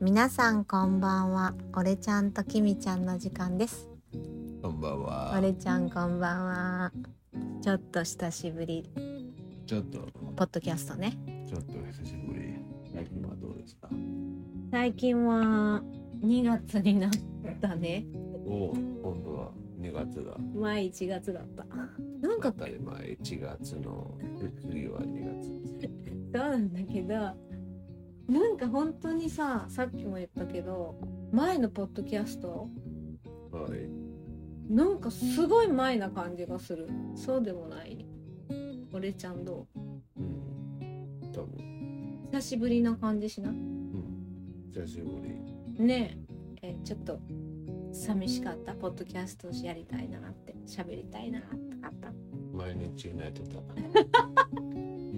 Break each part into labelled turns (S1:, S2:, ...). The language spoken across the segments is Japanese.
S1: 皆さんこんばんは俺ちゃんときみちゃんの時間です
S2: こんばんは。
S1: 俺ちゃんこんばんはちょっと久しぶり
S2: ちょっと、
S1: ポッドキャストね
S2: ちょっと久しぶり。最近はどうですか。
S1: 最近は2月になったね
S2: おお、今度は2月が。
S1: 前1月だったなんか
S2: 当たり前1月の次は2月。
S1: そうなんだけどなんか本当にささっきも言ったけど前のポッドキャスト
S2: はい。
S1: なんかすごい前な感じがするそうでもない俺ちゃんどう
S2: うん。多分。
S1: 久しぶりな感じしな
S2: うん。久しぶり。
S1: ねええちょっと寂しかったポッドキャストをやりたいなって喋りたいなとかあった
S2: 毎日泣いてた。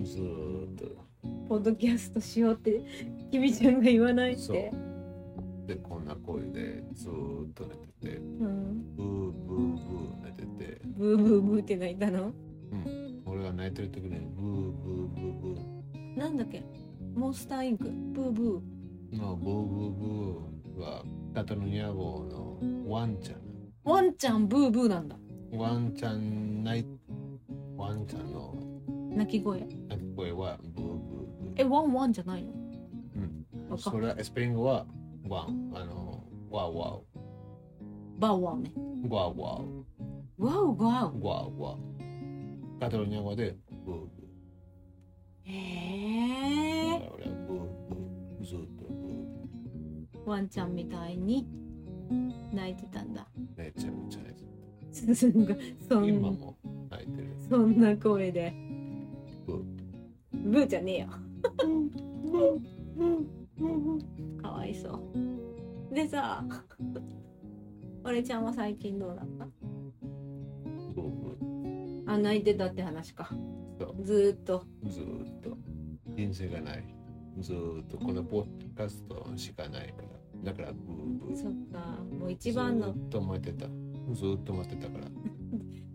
S2: ずーっと。
S1: ポッドキャストしようって きみちゃんが言わないっ
S2: そう
S1: て。
S2: で、こんな声でずーっと寝てて、
S1: うん、
S2: ブーブーブー寝てて、
S1: ブーブーブーって泣いたの
S2: うん。俺が泣いてる時にブーブーブーブー。
S1: なんだっけモンスターインクブーブー
S2: のブーブーブーはカタルニア号のワンちゃ
S1: ワンちゃんブーブーなんだ
S2: んワンちゃんないワンちゃんの
S1: 鳴き声
S2: 鳴き声はブーブーブ
S1: え
S2: ー
S1: ワンワンじゃないの
S2: うん、
S1: わか
S2: それはスペイン語はワンあのワウワウ
S1: バウワウね
S2: ワウワ
S1: ワウワウ
S2: ウワウワウカタルニア語でブーブ
S1: へ
S2: ーだ
S1: え
S2: から俺はブーブーずっとブー
S1: ワンちゃんみたいに泣いてたんだ
S2: ブーめちゃめちゃ泣いてる
S1: すんごいそ
S2: 今
S1: ん
S2: も泣いてる
S1: そんな声でブーじゃねえよかわいそうで さ俺ちゃんは最近どうだっ
S2: ブーブ
S1: たあ泣いてたって話か
S2: そう
S1: ずーっと
S2: ずーっと人生がないずーっとこのポッドキャストしかないからだからブーブー
S1: そっかもう一番の
S2: ずーっと待ってたずーっと待ってたから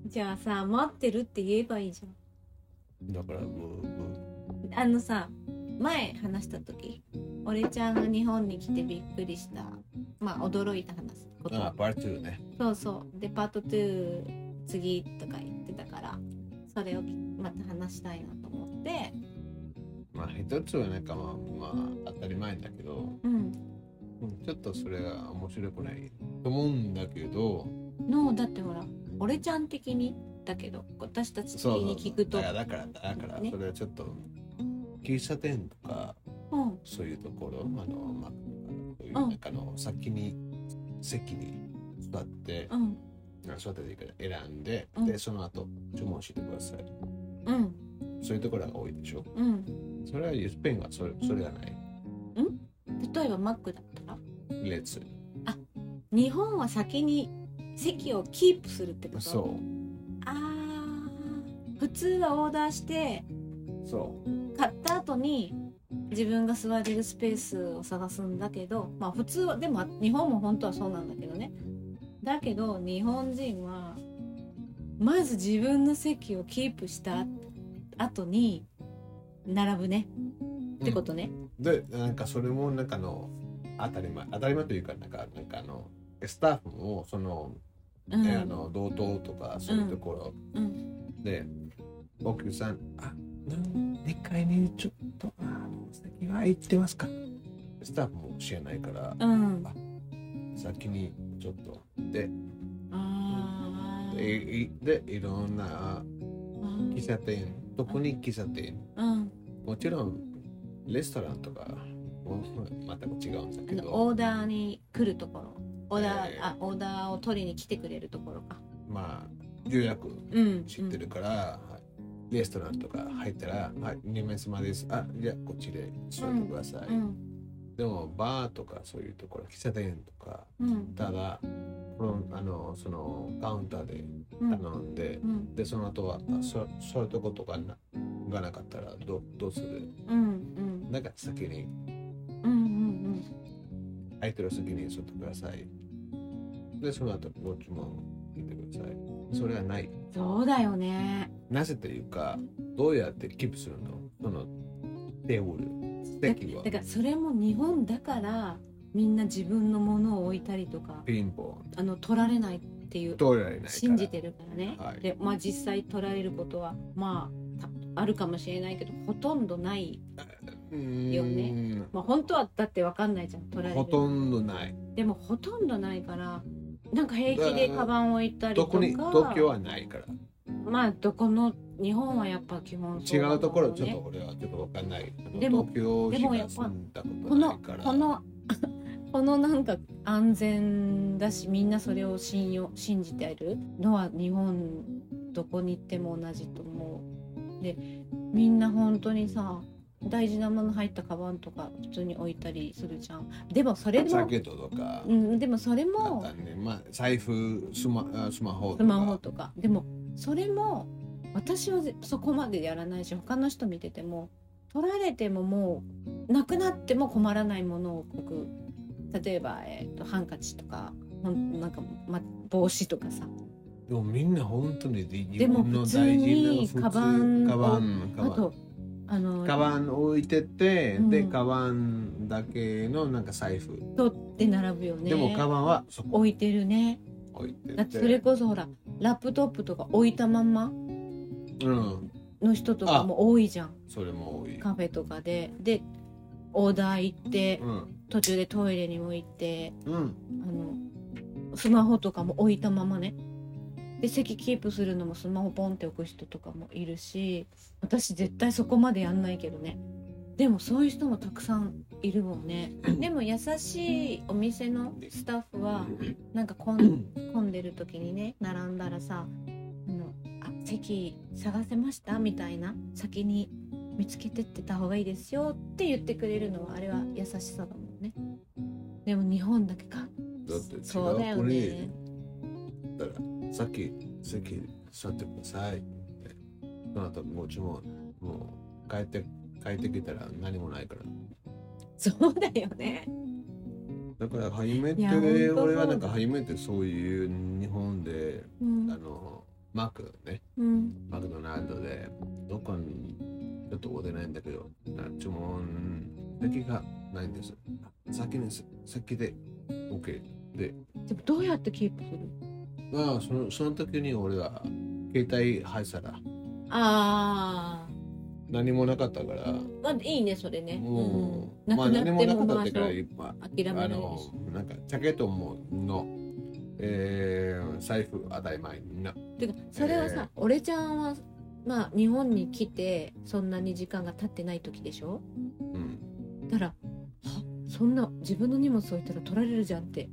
S1: じゃあさ待ってるって言えばいいじゃん
S2: だからブー
S1: あのさ前話した時俺ちゃんが日本に来てびっくりしたまあ驚いた話こ
S2: ブーあ
S1: と
S2: パー2ね
S1: そうそうでパート2次とか言ってたからそれをまた話したいなと思って
S2: まあ一つはなんかまあ、まあ、当たり前だけど
S1: うん
S2: ちょっとそれが面白くないと思うんだけど
S1: のだってほら俺ちゃん的にだけど私たち的
S2: そう
S1: に聞くと
S2: だからだからだから
S1: ね
S2: それはちょっと喫茶店とか
S1: うん
S2: そういうところあのまあそういうなんかあの先に席に座って
S1: うん
S2: あそうだったらいいから選んで、
S1: うん
S2: でその後注文してください
S1: うん
S2: そういうところが多いでしょ
S1: うん
S2: それはスペインはそれそれがない
S1: 例えばマックだったら
S2: 列
S1: 日本は先に席をキープするってこと
S2: そ
S1: あー普通はオーダーして
S2: うそう
S1: 買った後に自分が座れるスペースを探すんだけどまあ普通はでも日本も本当はそうなんだけどねだけど日本人はまず自分の席をキープした後に並ぶねってことね、
S2: でなんかそれもなんかあの当たり前当たり前というかなんかなんかあのスタッフもその,、
S1: うん
S2: ねあの同等とかそういうところ、
S1: うん
S2: でお客さんあなんで階にちょっとあの先は行ってますかスタッフも知らないから
S1: うん
S2: 先にちょっとで
S1: あ
S2: で
S1: ー
S2: いでいろんな喫茶店特に喫茶店
S1: うん
S2: もちろんレストランとかもまた違うんだ
S1: あ
S2: け
S1: の
S2: ど
S1: オーダーに来るところオーダー、
S2: えー
S1: あオーダーを取りに来てくれるところか
S2: まあ予約
S1: うん
S2: 知ってるから、はいレストランとか入ったら「はい2名様ですあじゃあこっちで座ってください」
S1: うん
S2: でもバーとかそういうところ喫茶店とか
S1: うん
S2: ただこのあのそのカウンターで
S1: うん
S2: 頼んで、
S1: うん
S2: でその後はあそそういうとことかながなかったらどどうする
S1: うんうん
S2: なんか先に
S1: うんうん
S2: 空いてる席に座ってください。で、その後、ご注文見てください。それはない。
S1: うんそうだよね
S2: なぜというか、どうやってキープするのそのテーブル、席は
S1: だ。からそれも日本だからみんな自分のものを置いたりとか
S2: ピンポン
S1: あの取られないっていう
S2: 取られないから
S1: 信じてるからね、
S2: はい
S1: でまあ実際取られることはまあたあるかもしれないけどほとんどない、
S2: うーん
S1: よねまあ本当はだってわかんないじゃん取られる
S2: ほとんどない
S1: でもほとんどないからなんか平気でカバン置いたりと
S2: ど
S1: か
S2: こに東京はないから
S1: まあどこの日本はやっぱ基本そう
S2: 違
S1: だろ
S2: うところはちょっ
S1: ね
S2: と俺はちょっとわかんないけど
S1: でも
S2: 東京し
S1: でも
S2: か
S1: やっぱ
S2: 住んだこと
S1: この
S2: ないから
S1: この このなんか安全だしみんなそれを信用信じているのは日本どこに行っても同じと思う。でみんな本当にさ大事なもの入ったカバンとか普通に置いたりするじゃん。でもそれ
S2: ジャ
S1: も、
S2: ケットとか
S1: うん、でもそれ
S2: あっ
S1: も
S2: たねまあ財布スマあスマホ
S1: ス
S2: とか
S1: マホとかでもそれも私はぜそこまでやらないし他の人見てても取られてももうなくなっても困らないものを僕例えば、えー、とハンカチとかほんなんか、ま、帽子とかさ
S2: でもみんな本当にで
S1: でも
S2: 日本の
S1: 普通
S2: 大事なの
S1: にカバンを
S2: カバンカ
S1: あ
S2: バン
S1: とあの
S2: カバン置いてて、
S1: うん
S2: でカバンだけのなんか財布、
S1: 取って並ぶよね
S2: でもカバンはそこ
S1: 置いてるね
S2: 置いて
S1: だってそれ
S2: て
S1: こそほらラップトップとか置いたまんま
S2: うん
S1: の人とかも多いじゃん
S2: それも多い、
S1: カフェとかででオーダー行って
S2: うん
S1: 途中でトイレにも行って
S2: うん
S1: あのスマホとかも置いたままねで席キープするのもスマホポンって置く人とかもいるし私絶対そこまでやんないけどねでもそういう人もたくさんいるもんねでも優しいお店のスタッフはなんかこん混んでる時にね並んだらさ「あのあ席探せました?」みたいな先に見つけてってた方がいいですよって言ってくれるのはあれは優しさだもんねでも日本だけか
S2: だって違う
S1: そうだよ
S2: これ
S1: ね
S2: だからさっき席座ってくださいってその後もう注文もう帰って帰ってきたら何もないから
S1: そうだよね
S2: だから初め
S1: いや本当
S2: て
S1: そう
S2: 俺はなんか初めてそういう日本で
S1: う
S2: あ
S1: ん、
S2: のマクドね
S1: うん、
S2: マクドナルドでどこにちょっとお出ないんだけどな注文先がないんですあ先にす先で OK で
S1: でもどうやってキープする
S2: まあそのその時に俺は携帯入ったら
S1: ああ
S2: 何もなかったから
S1: まあいいねそれね
S2: もう、
S1: うん、
S2: ま
S1: な
S2: あ
S1: くなって
S2: 何もなか
S1: もまあ
S2: ったって
S1: そ
S2: から
S1: う
S2: いっぱ
S1: 諦め
S2: い
S1: ら
S2: あ
S1: れる
S2: の
S1: し
S2: なんかジャケットものえー、財布当たり前な
S1: てかそれはさ、俺ちゃんはまあ日本に来てそんなに時間が経ってない時でしょ
S2: うん
S1: たらはそんな自分の荷物置いたら取られるじゃんって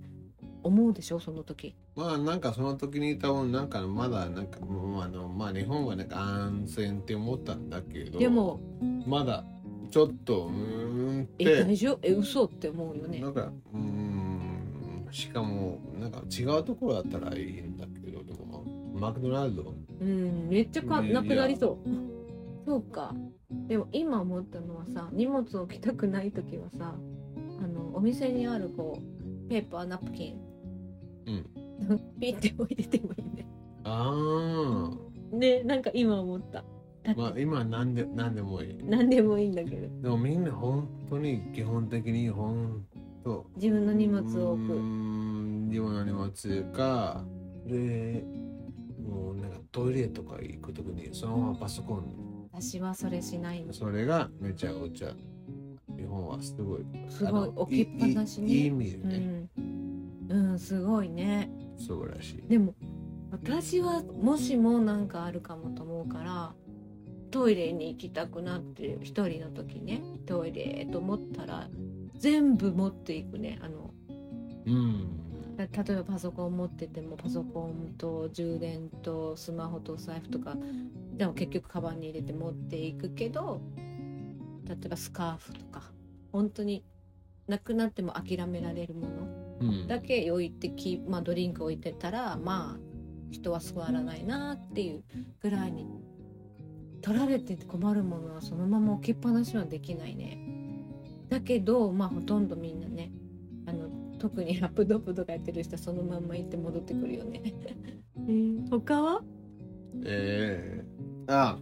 S1: 思うでしょその時
S2: まあなんかその時に多分なんかまだなんかまああのまあ日本はなんか安全って思ったんだけど
S1: でも
S2: まだちょっとうーんっ
S1: 「え
S2: て
S1: 大丈夫え嘘って思うよね
S2: なんかうーんしかもなんか違うところだったらいいんだけどでもマクドナルド
S1: うんめっちゃか
S2: いや
S1: なくなりそうそうかでも今思ったのはさ荷物置きたくない時はさあのお店にあるこうペーパーナプキン
S2: うん
S1: ピッて置いててもいいね
S2: あ
S1: ねなんか今思っただって
S2: あまあ今なんでなんでもいい
S1: 何でもいいんだけど
S2: でもみんな本当に基本的に本当
S1: 自分の荷物を置
S2: うー
S1: く
S2: ん自分の荷物かでもうなんかトイレとか行くときにそのままパソコン
S1: 私はそれしないの
S2: それがめちゃくちゃ日本はすごい
S1: すごい置きっぱなし
S2: いいいい
S1: ね
S2: 意味でね、
S1: うん、うん、すごいね
S2: 素晴らしい。
S1: でも私はもしもなんかあるかもと思うからトイレに行きたくなって一人の時ねトイレと思ったら全部持っていくねあの
S2: うん。
S1: た例えばパソコン持っててもパソコンと充電とスマホとお財布とかでも結局カバンに入れて持っていくけど例えばスカーフとか本当になくなっても諦められるもの
S2: うん、
S1: だけ置いてき、まあ、ドリンク置いてたらまあ人は座らないなっていうぐらいに取られて困るものはそのまま置きっぱなしはできないねだけどまあほとんどみんなねあの特にラップドップとかやってる人はそのまんま行って戻ってくるよね、 うん、他は
S2: えー、あ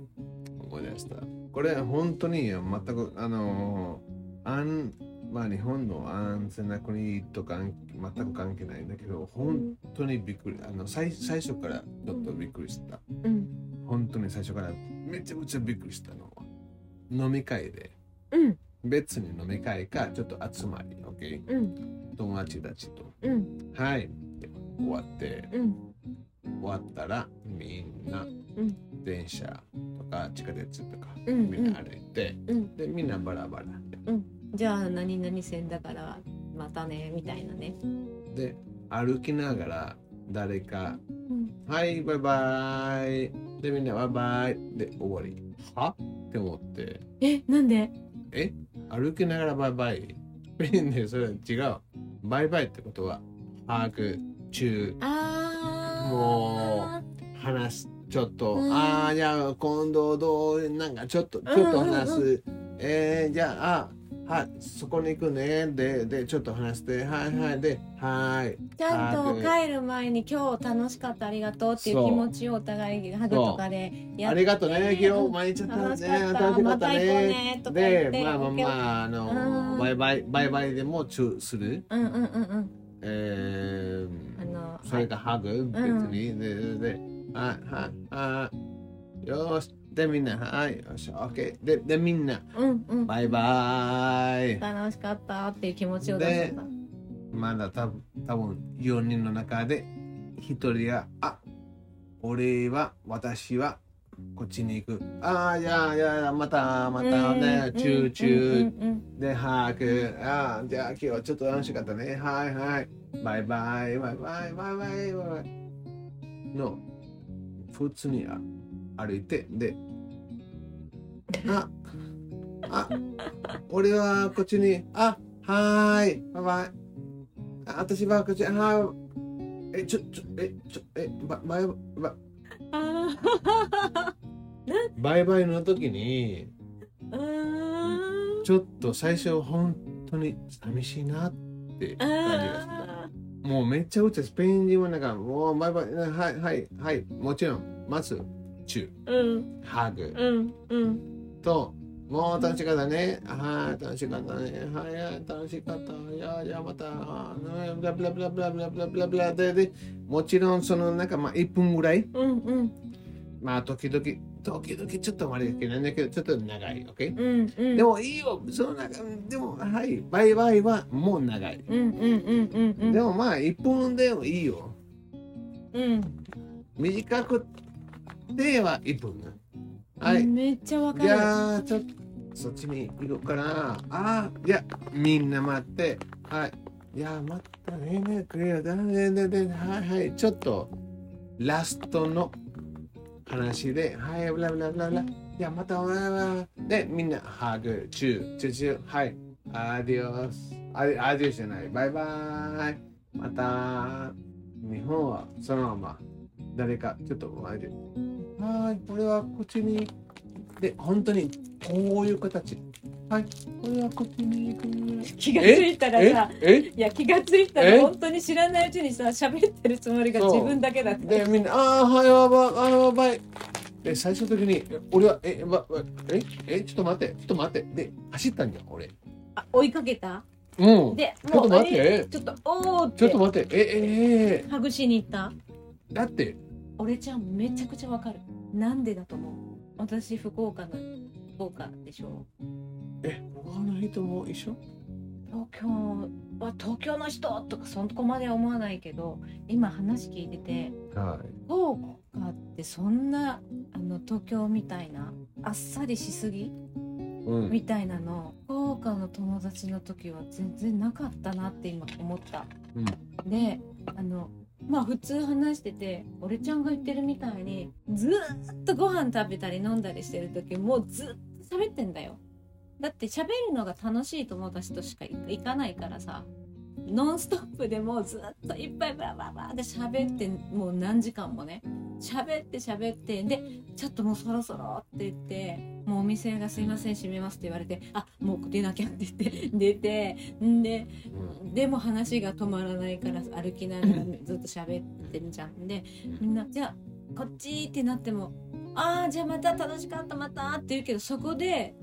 S2: 思い出した。これ本当に全くあのー安まあ日本の安全な国とかん全く関係ないんだけど、本当にびっくり、あの最最初からちょっとびっくりした。
S1: うん
S2: 本当に最初からめちゃくちゃびっくりしたのは、飲み会で、
S1: うん
S2: 別に飲み会か、ちょっと集まり、OK?
S1: うん
S2: 友達たちと、
S1: うん
S2: はい、で終わって、
S1: うん
S2: 終わったらみんな電車とか地下鉄とか、
S1: うんうん
S2: みんな歩いて、
S1: うん
S2: でみんなバラバラ
S1: じゃあ何々線だからまたねみたいなね
S2: で歩きながら誰か
S1: うん
S2: 「はいバイバイ」でみんな「バイバイ」で終わりはって思って
S1: えなんで
S2: 歩きながら「バイバイ」 みんなそれは違うバイバイってことは把握中
S1: あー
S2: も話すちょっと、
S1: うん
S2: ああじゃあ今度どうなんかちょっとちょっと話す、
S1: うんう
S2: えー、じゃああはいそこに行くねででちょっと話してはいはいではい
S1: ちゃんと帰る前に今日楽しかったありがとうっていう
S2: そう
S1: 気持ちをお互いハグとかでや
S2: あ
S1: って
S2: りがとうね今日
S1: うん
S2: 毎日やった
S1: 楽
S2: ね
S1: しかった
S2: 楽しか
S1: ま
S2: った
S1: た行こう
S2: ね
S1: ねとか言っ
S2: で
S1: て
S2: まあまあまああ
S1: う
S2: の
S1: ん
S2: バイバイバイバイでもチューする
S1: うんうんうんうん
S2: えー
S1: あの
S2: それかハグ別に、ででではいはいはいよーしでみんなはいよしオッケーででみんな
S1: うんうん
S2: バイバイ
S1: 楽しかったっていう気持ちを出すんだ
S2: まだた多分4人の中で1人が「あ俺は私はこっちに行く」「ああいやいやいやまたまたねチューチュー」
S1: ー
S2: で「はく」「あーじゃあ今日はちょっと楽しかったねはいはいバイバイバイバイバイバイバイ」の普通にあ歩いてで「ああ俺はこっちにあはーいバイバイ」あ私はこっちはーいえちょちょえちょえばバイバイ
S1: あ
S2: バイバイの時に
S1: ーうーん
S2: ちょっと最初本当に寂しいなって感じがした。
S1: あ
S2: もうめちゃくちゃスペイン人はなんか、もうバイバイ、はいはいはい、もちろん、まず、チュー、
S1: ーうん
S2: ハグ
S1: うんうん
S2: と、もう楽しかったね、はい、楽しかったね、はいはい、楽しかった、いやいや、また、うんブラブラブラブラブラブラブラブラで、で、もちろん、そのなんか、まあ、1分ぐらい、
S1: うんうん
S2: まあ、時々、時々ちょっとあれだけど、なんだけど、ちょっと長い、OK?
S1: うんうん
S2: でもいいよ、その中、でも、はい、バイバイはもう長い。
S1: うんうんうんうんうん
S2: でもまあ、1分でもいいよ。
S1: うん
S2: 短くでは1分ね。はい。
S1: めっちゃわか
S2: じ
S1: る
S2: ゃあ、ちょっとそっちに行こうかな。ああ、じゃあ、みんな待って。はい。いや、待ったね。ねくれよ。だねねね。はいはい。ちょっと、ラストの話で、はい、ブラブラブラブラ。いや、またおらら。で、みんな、ハグ、チュー、チューチュー。はい。アディオス。アディアディオスじゃない。バイバイ。また。日本はそのまま誰かちょっと前で「はーいこれはこっちに」で本当にこういう形「はいこれはこっちに行く」
S1: 気がついたらさ
S2: え
S1: いや気がついたら
S2: え
S1: 本当に知らないうちにさ喋ってるつもりが自分だけだった
S2: でみんな「ああはいやばいあーやばい」で最初の時にえ俺は「えばばええちょっと待ってちょっと待って」で走ったんじゃん俺
S1: あ追いかけた
S2: うん
S1: で
S2: ちょっと待って
S1: あれちょっとおーっ
S2: ち
S1: て
S2: ょっと待ってえええ
S1: ハグしに行った
S2: えだって
S1: 俺ちゃんめちゃくちゃわかるなんでだと思う私福岡の福岡でしょ
S2: え他の人も一緒
S1: 東京は東京の人とかそこまでは思わないけど今話聞いてて
S2: はい
S1: 福岡ってそんなあの東京みたいなあっさりしすぎ
S2: うん
S1: みたいなの福岡の友達の時は全然なかったなって今思った、であのまあ普通話してて俺ちゃんが言ってるみたいにずーっとご飯食べたり飲んだりしてる時もうずっと喋ってんだよだって喋るのが楽しい友達としか行かないからさノンストップでもうずっといっぱいバラバラバラって喋ってもう何時間もね喋って喋ってでちょっともうそろそろって言ってもうお店がすいません閉めますって言われてあもう出なきゃって言って 出てんででも話が止まらないから歩きながらずっと喋ってるじゃんでみんな「じゃあこっち」ってなっても「ああじゃあまた楽しかったまた」って言うけどそこで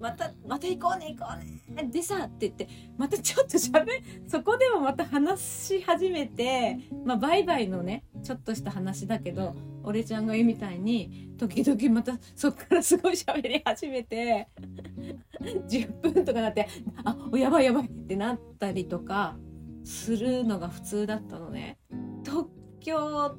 S1: またまた行こうね行こうねでさって言ってまたちょっと喋そこでもまた話し始めてまあバイバイのねちょっとした話だけど俺ちゃんが言うみたいに時々またそっからすごい喋り始めて 10分とかなってあやばいやばいってなったりとかするのが普通だったのね。東京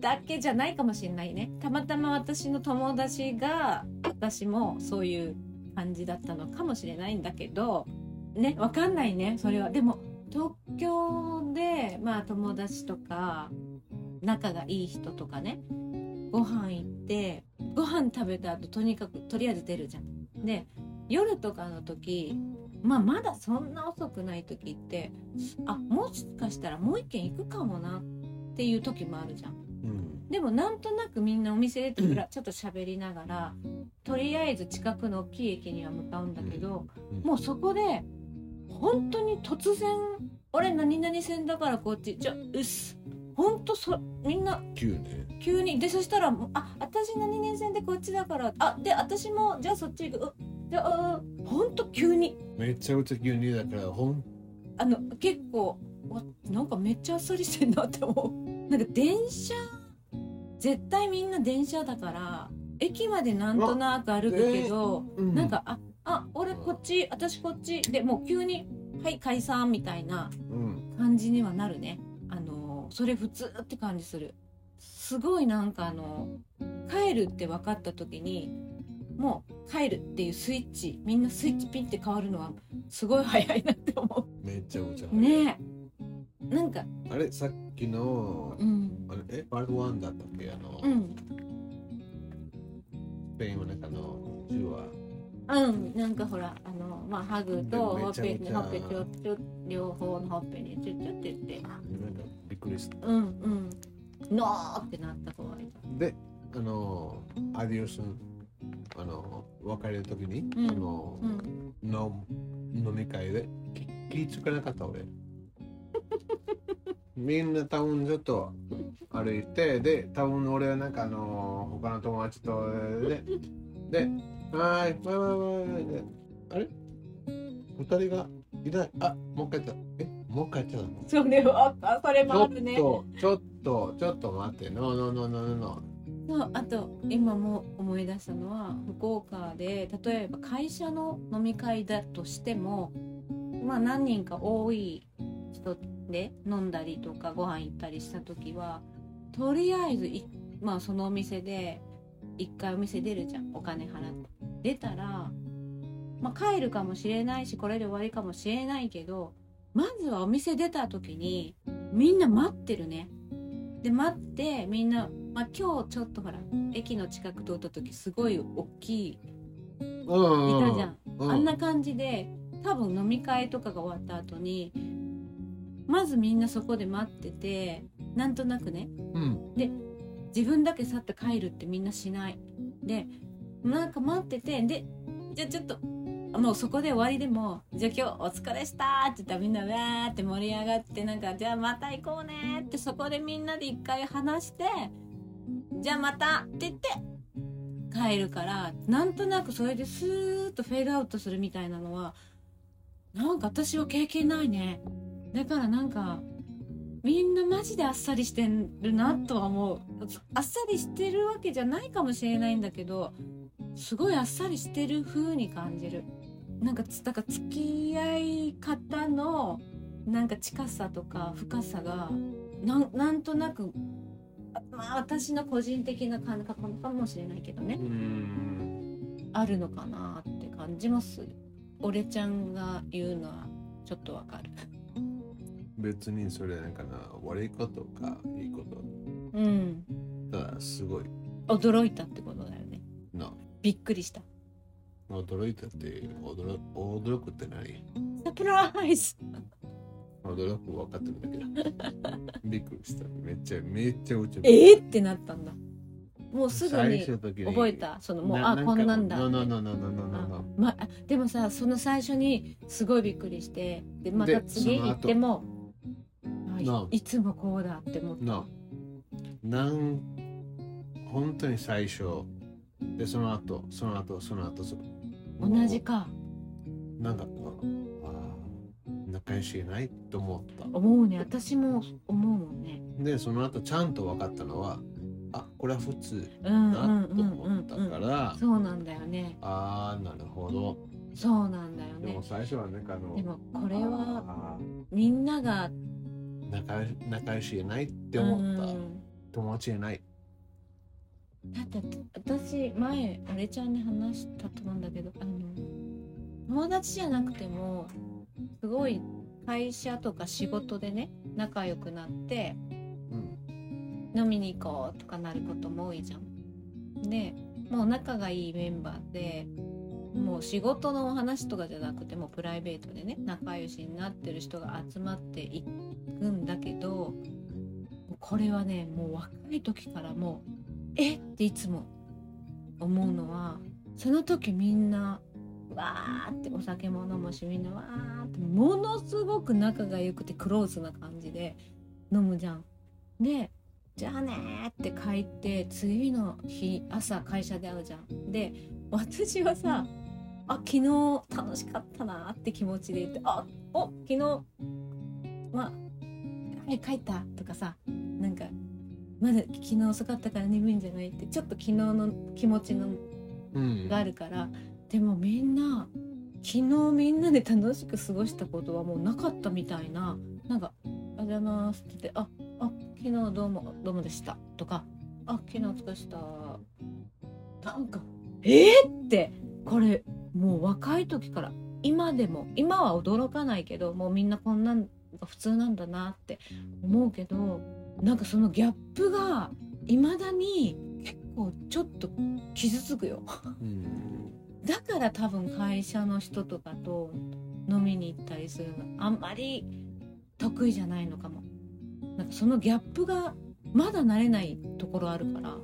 S1: だけじゃないかもしれないねたまたま私の友達が私もそういう感じだったのかもしれないんだけどねわかんないねそれはでも東京でまあ友達とか仲がいい人とかねご飯行ってご飯食べた後とにかくとりあえず出るじゃん。で夜とかの時まあまだそんな遅くない時ってあもしかしたらもう一軒行くかもなっていう時もあるじゃん。
S2: うん
S1: でもなんとなくみんなお店でとぶらちょっと喋りながらとりあえず近くの大きい駅には向かうんだけど
S2: うん
S1: もうそこで本当に突然「俺何々線だからこっち」じゃうっす本当そみんな
S2: 急ね
S1: 急にでそしたらもう「あ私何々線でこっちだから」あで私もじゃあそっち行くうじゃあうん本当急に
S2: めちゃくちゃ急にだからほん
S1: あの結構わなんかめっちゃあっさりしてんなって思う なんか電車絶対みんな電車だから駅までなんとなく歩くけど、
S2: うん
S1: なんかああ俺こっち私こっちでもう急に「はい解散」みたいな
S2: うん
S1: 感じにはなるねあのそれ普通って感じするすごいなんかあの帰るって分かった時にもう帰るっていうスイッチみんなスイッチピンって変わるのはすごい早いなって思う
S2: めちゃくちゃ早い
S1: ねえなんか
S2: あれさっきの
S1: うん
S2: あれえパートワンだったっけあの、
S1: うん
S2: スペインの中の10話
S1: うんなんかほらあのまあハグとほ
S2: め
S1: っ
S2: ちゃ
S1: ぺ
S2: め
S1: に
S2: ち
S1: ほ
S2: ゃ
S1: っぺちょちょ両方のほっぺにちょちょって言って
S2: なんかびっくりした
S1: うんうんのーってなった子がい
S2: であのアディオスあの別れる時に、
S1: うん
S2: あの
S1: た、うん、
S2: の飲み会でき気ぃつかなかった俺 みんなタウンちょっと歩いてで多分俺はなんかあの他の友達とでで「はーいわいわいわいわい」であれ二人がいないあもう一回やったえもう一回やっちゃったの
S1: それはあそれ
S2: ち
S1: も
S2: ょ
S1: あ
S2: っ
S1: るね
S2: とちょっとちょっと待ってノーノーノーノーノー
S1: そうあと今も思い出したのは福岡で例えば会社の飲み会だとしてもまあ何人か多い人で飲んだりとかご飯行ったりした時はとりあえずい、まあ、そのお店で一回お店出るじゃんお金払って出たら、まあ、帰るかもしれないしこれで終わりかもしれないけどまずはお店出た時にみんな待ってるね。で待ってみんな、まあ、今日ちょっとほら駅の近く通った時すごい大きいい
S2: うんうん
S1: たじゃん。
S2: うん
S1: あんな感じで多分飲み会とかが終わった後にまずみんなそこで待っててなんとなくね
S2: うん
S1: 自分だけ去って帰るってみんなしないでなんか待っててでじゃあちょっともうそこで終わりでも「じゃあ今日お疲れした」って言ったらみんなわーって盛り上がってなんか「じゃあまた行こうね」ってそこでみんなで一回話して「じゃあまた」って言って帰るからなんとなくそれでスーッとフェードアウトするみたいなのはなんか私は経験ないねだからなんかみんなマジであっさりしてるなとは思うあっさりしてるわけじゃないかもしれないんだけどすごいあっさりしてる風に感じるなんかつだから付き合い方のなんか近さとか深さがなんなんとなくあまあ私の個人的な感覚かもしれないけどね
S2: うん
S1: あるのかなって感じもする俺ちゃんが言うのはちょっとわかる
S2: 別にそれなんかな悪いことかいいこと
S1: うん
S2: ただすごい
S1: 驚いたってことだよね
S2: な
S1: びっくりした
S2: 驚いたっていう驚驚くって何
S1: サプライズ
S2: 驚く分かってるんだけどびっくりしためっちゃめっちゃうち
S1: えー、ってなったんだもうすぐ
S2: 最
S1: に
S2: 初の時に
S1: 覚えたそのもう
S2: な
S1: あ
S2: か
S1: こんなんだ
S2: ななななななな
S1: あまあでもさその最初にすごいびっくりしてでまた
S2: で
S1: 次
S2: その
S1: 行
S2: 後
S1: ってもあい
S2: なあ
S1: いつもこうだって思って
S2: ななん本当に最初でその後その後その後そ
S1: 同じか
S2: なんかこうあー仲良しいないと思った
S1: 思うね私も思うもんね
S2: でその後ちゃんと分かったのはあこれは普通
S1: うんう
S2: だ
S1: んう
S2: と
S1: んうん
S2: 思った
S1: う
S2: か
S1: ん
S2: ら
S1: そうなんだよね
S2: あーなるほど
S1: そうなんだよ
S2: で
S1: ね
S2: も最初はなんかあの
S1: でもこれは
S2: あ
S1: みんながっ
S2: ー仲良仲良しいないって思った友達いない
S1: だって私前俺ちゃんに話したと思うんだけどあの友達じゃなくてもすごい会社とか仕事でね仲良くなって
S2: うん
S1: 飲みに行こうとかなることも多いじゃん。でもう仲がいいメンバーでもう仕事のお話とかじゃなくてもうプライベートでね仲良しになってる人が集まっていくんだけどこれはねもう若い時からもう「えっ!」ていつも思うのはその時みんなわーってお酒も飲むしみんなわーってものすごく仲が良くてクローズな感じで飲むじゃん。でじゃあねーって帰って次の日朝会社で会うじゃん。で私はさあ昨日楽しかったなーって気持ちで言ってあお昨日まあはい帰ったとかさなんかまだ昨日遅かったから眠いんじゃないってちょっと昨日の気持ちの
S2: うん
S1: があるからでもみんな昨日みんなで楽しく過ごしたことはもうなかったみたいななんか「おはようございます」って言って「ああ昨日どうもどうもでした」とか「あ昨日お疲れした」なんか「えっ!」ってこれもう若い時から今でも今は驚かないけどもうみんなこんなんが普通なんだなって思うけどなんかそのギャップがいまだに結構ちょっと傷つくよ。
S2: うん
S1: だから多分会社の人とかと飲みに行ったりするのあんまり得意じゃないのかもなんかそのギャップがまだ慣れないところあるから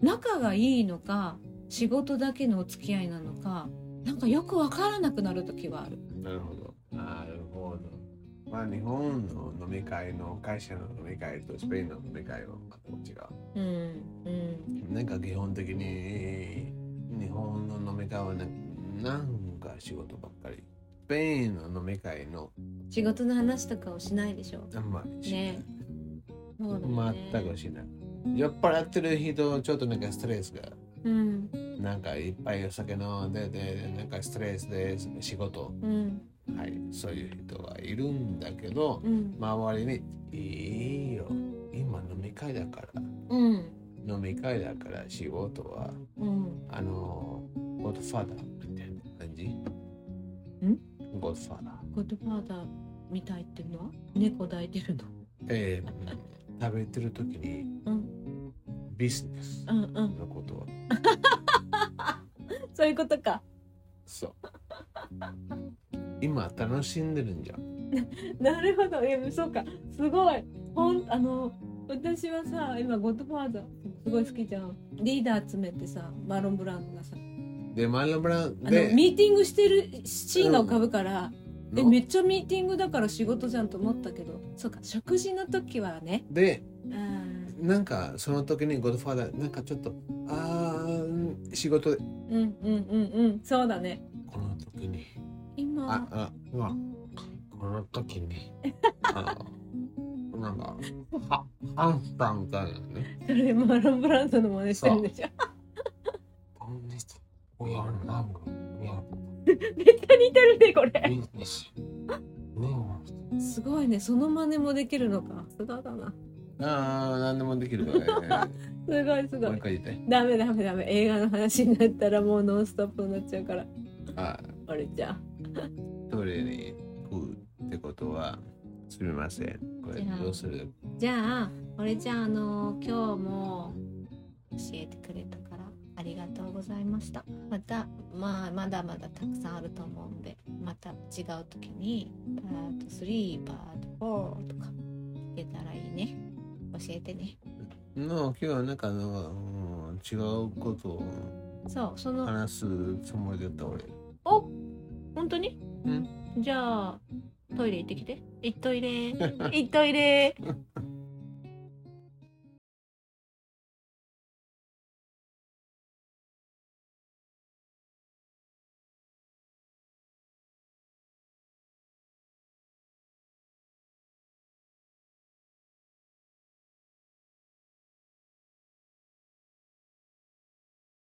S1: 仲がいいのか仕事だけのお付き合いなのかなんかよくわからなくなる時はある
S2: なるほどなるほどまあ日本の飲み会の会社の飲み会とスペインの飲み会は全く違う
S1: うんうん
S2: なんか基本的に日本の飲み会はねなんか仕事ばっかりスペインの飲み会の
S1: 仕事の話とかをしないでしょ
S2: あんまりしない、
S1: ねそうだよね
S2: 全くしない酔っ払ってる人ちょっとなんかストレスが
S1: うん
S2: なんかいっぱいお酒飲んででなんかストレスで仕事
S1: うん
S2: はいそういう人はいるんだけど
S1: うん
S2: 周りに「いいよ今飲み会だから
S1: うん
S2: 飲み会だから仕事は
S1: うん
S2: あの、ゴッドファーダーみたいな感じ。んゴッドファーダー。
S1: ゴッドファーダーみたいっていうのは猫抱いてるの
S2: えー、食べてる時に、
S1: うん
S2: ビジネス
S1: うんうん
S2: のことは。
S1: そういうことか
S2: そう。今楽しんでるんじゃん。
S1: なるほどいやそうかすごいほんあの私はさ今ゴッドファーザーすごい好きじゃんリーダー集めてさマロン・ブランドがさ
S2: で、マルブラン
S1: あの
S2: で、
S1: ミーティングしてるシーンが浮かぶから、え
S2: の
S1: めっちゃミーティングだから仕事じゃんと思ったけどそうか食事の時はね
S2: で、
S1: うん
S2: なんかその時にゴッドファーダー、なんかちょっと、あー、仕事で、
S1: うんうんうんうんそうだね
S2: この時に、あ
S1: 今、
S2: あ、うわ、この時に、あのなんか、はハンスターみたいなね。
S1: それマロン・ブランドの真似してるでしょ
S2: Business. We are mango. We are
S1: めっちゃ似てるねこれ
S2: business.
S1: すごいねその真似もできるのかすがだな
S2: ああ、なんでもできるからね。
S1: すごいすご
S2: もう一
S1: い
S2: 回言って。
S1: ダメダメダメ映画の話になったらもうノンストップになっちゃうから
S2: あ
S1: あれじゃあ
S2: ー、トイレに行くってことは、すみません。これどうする
S1: じゃあ俺ちゃんあの今日も教えてくれたからありがとうございましたまたまあまだまだたくさんあると思うんでまた違う時にパート3パート4とか聞けたらいいね教えてね
S2: の今日はなんかあの、うん違うことを
S1: そうその
S2: 話すつもりだった俺。
S1: お本当に
S2: うん
S1: じゃあトイレ行ってきて行っといれ行っといれ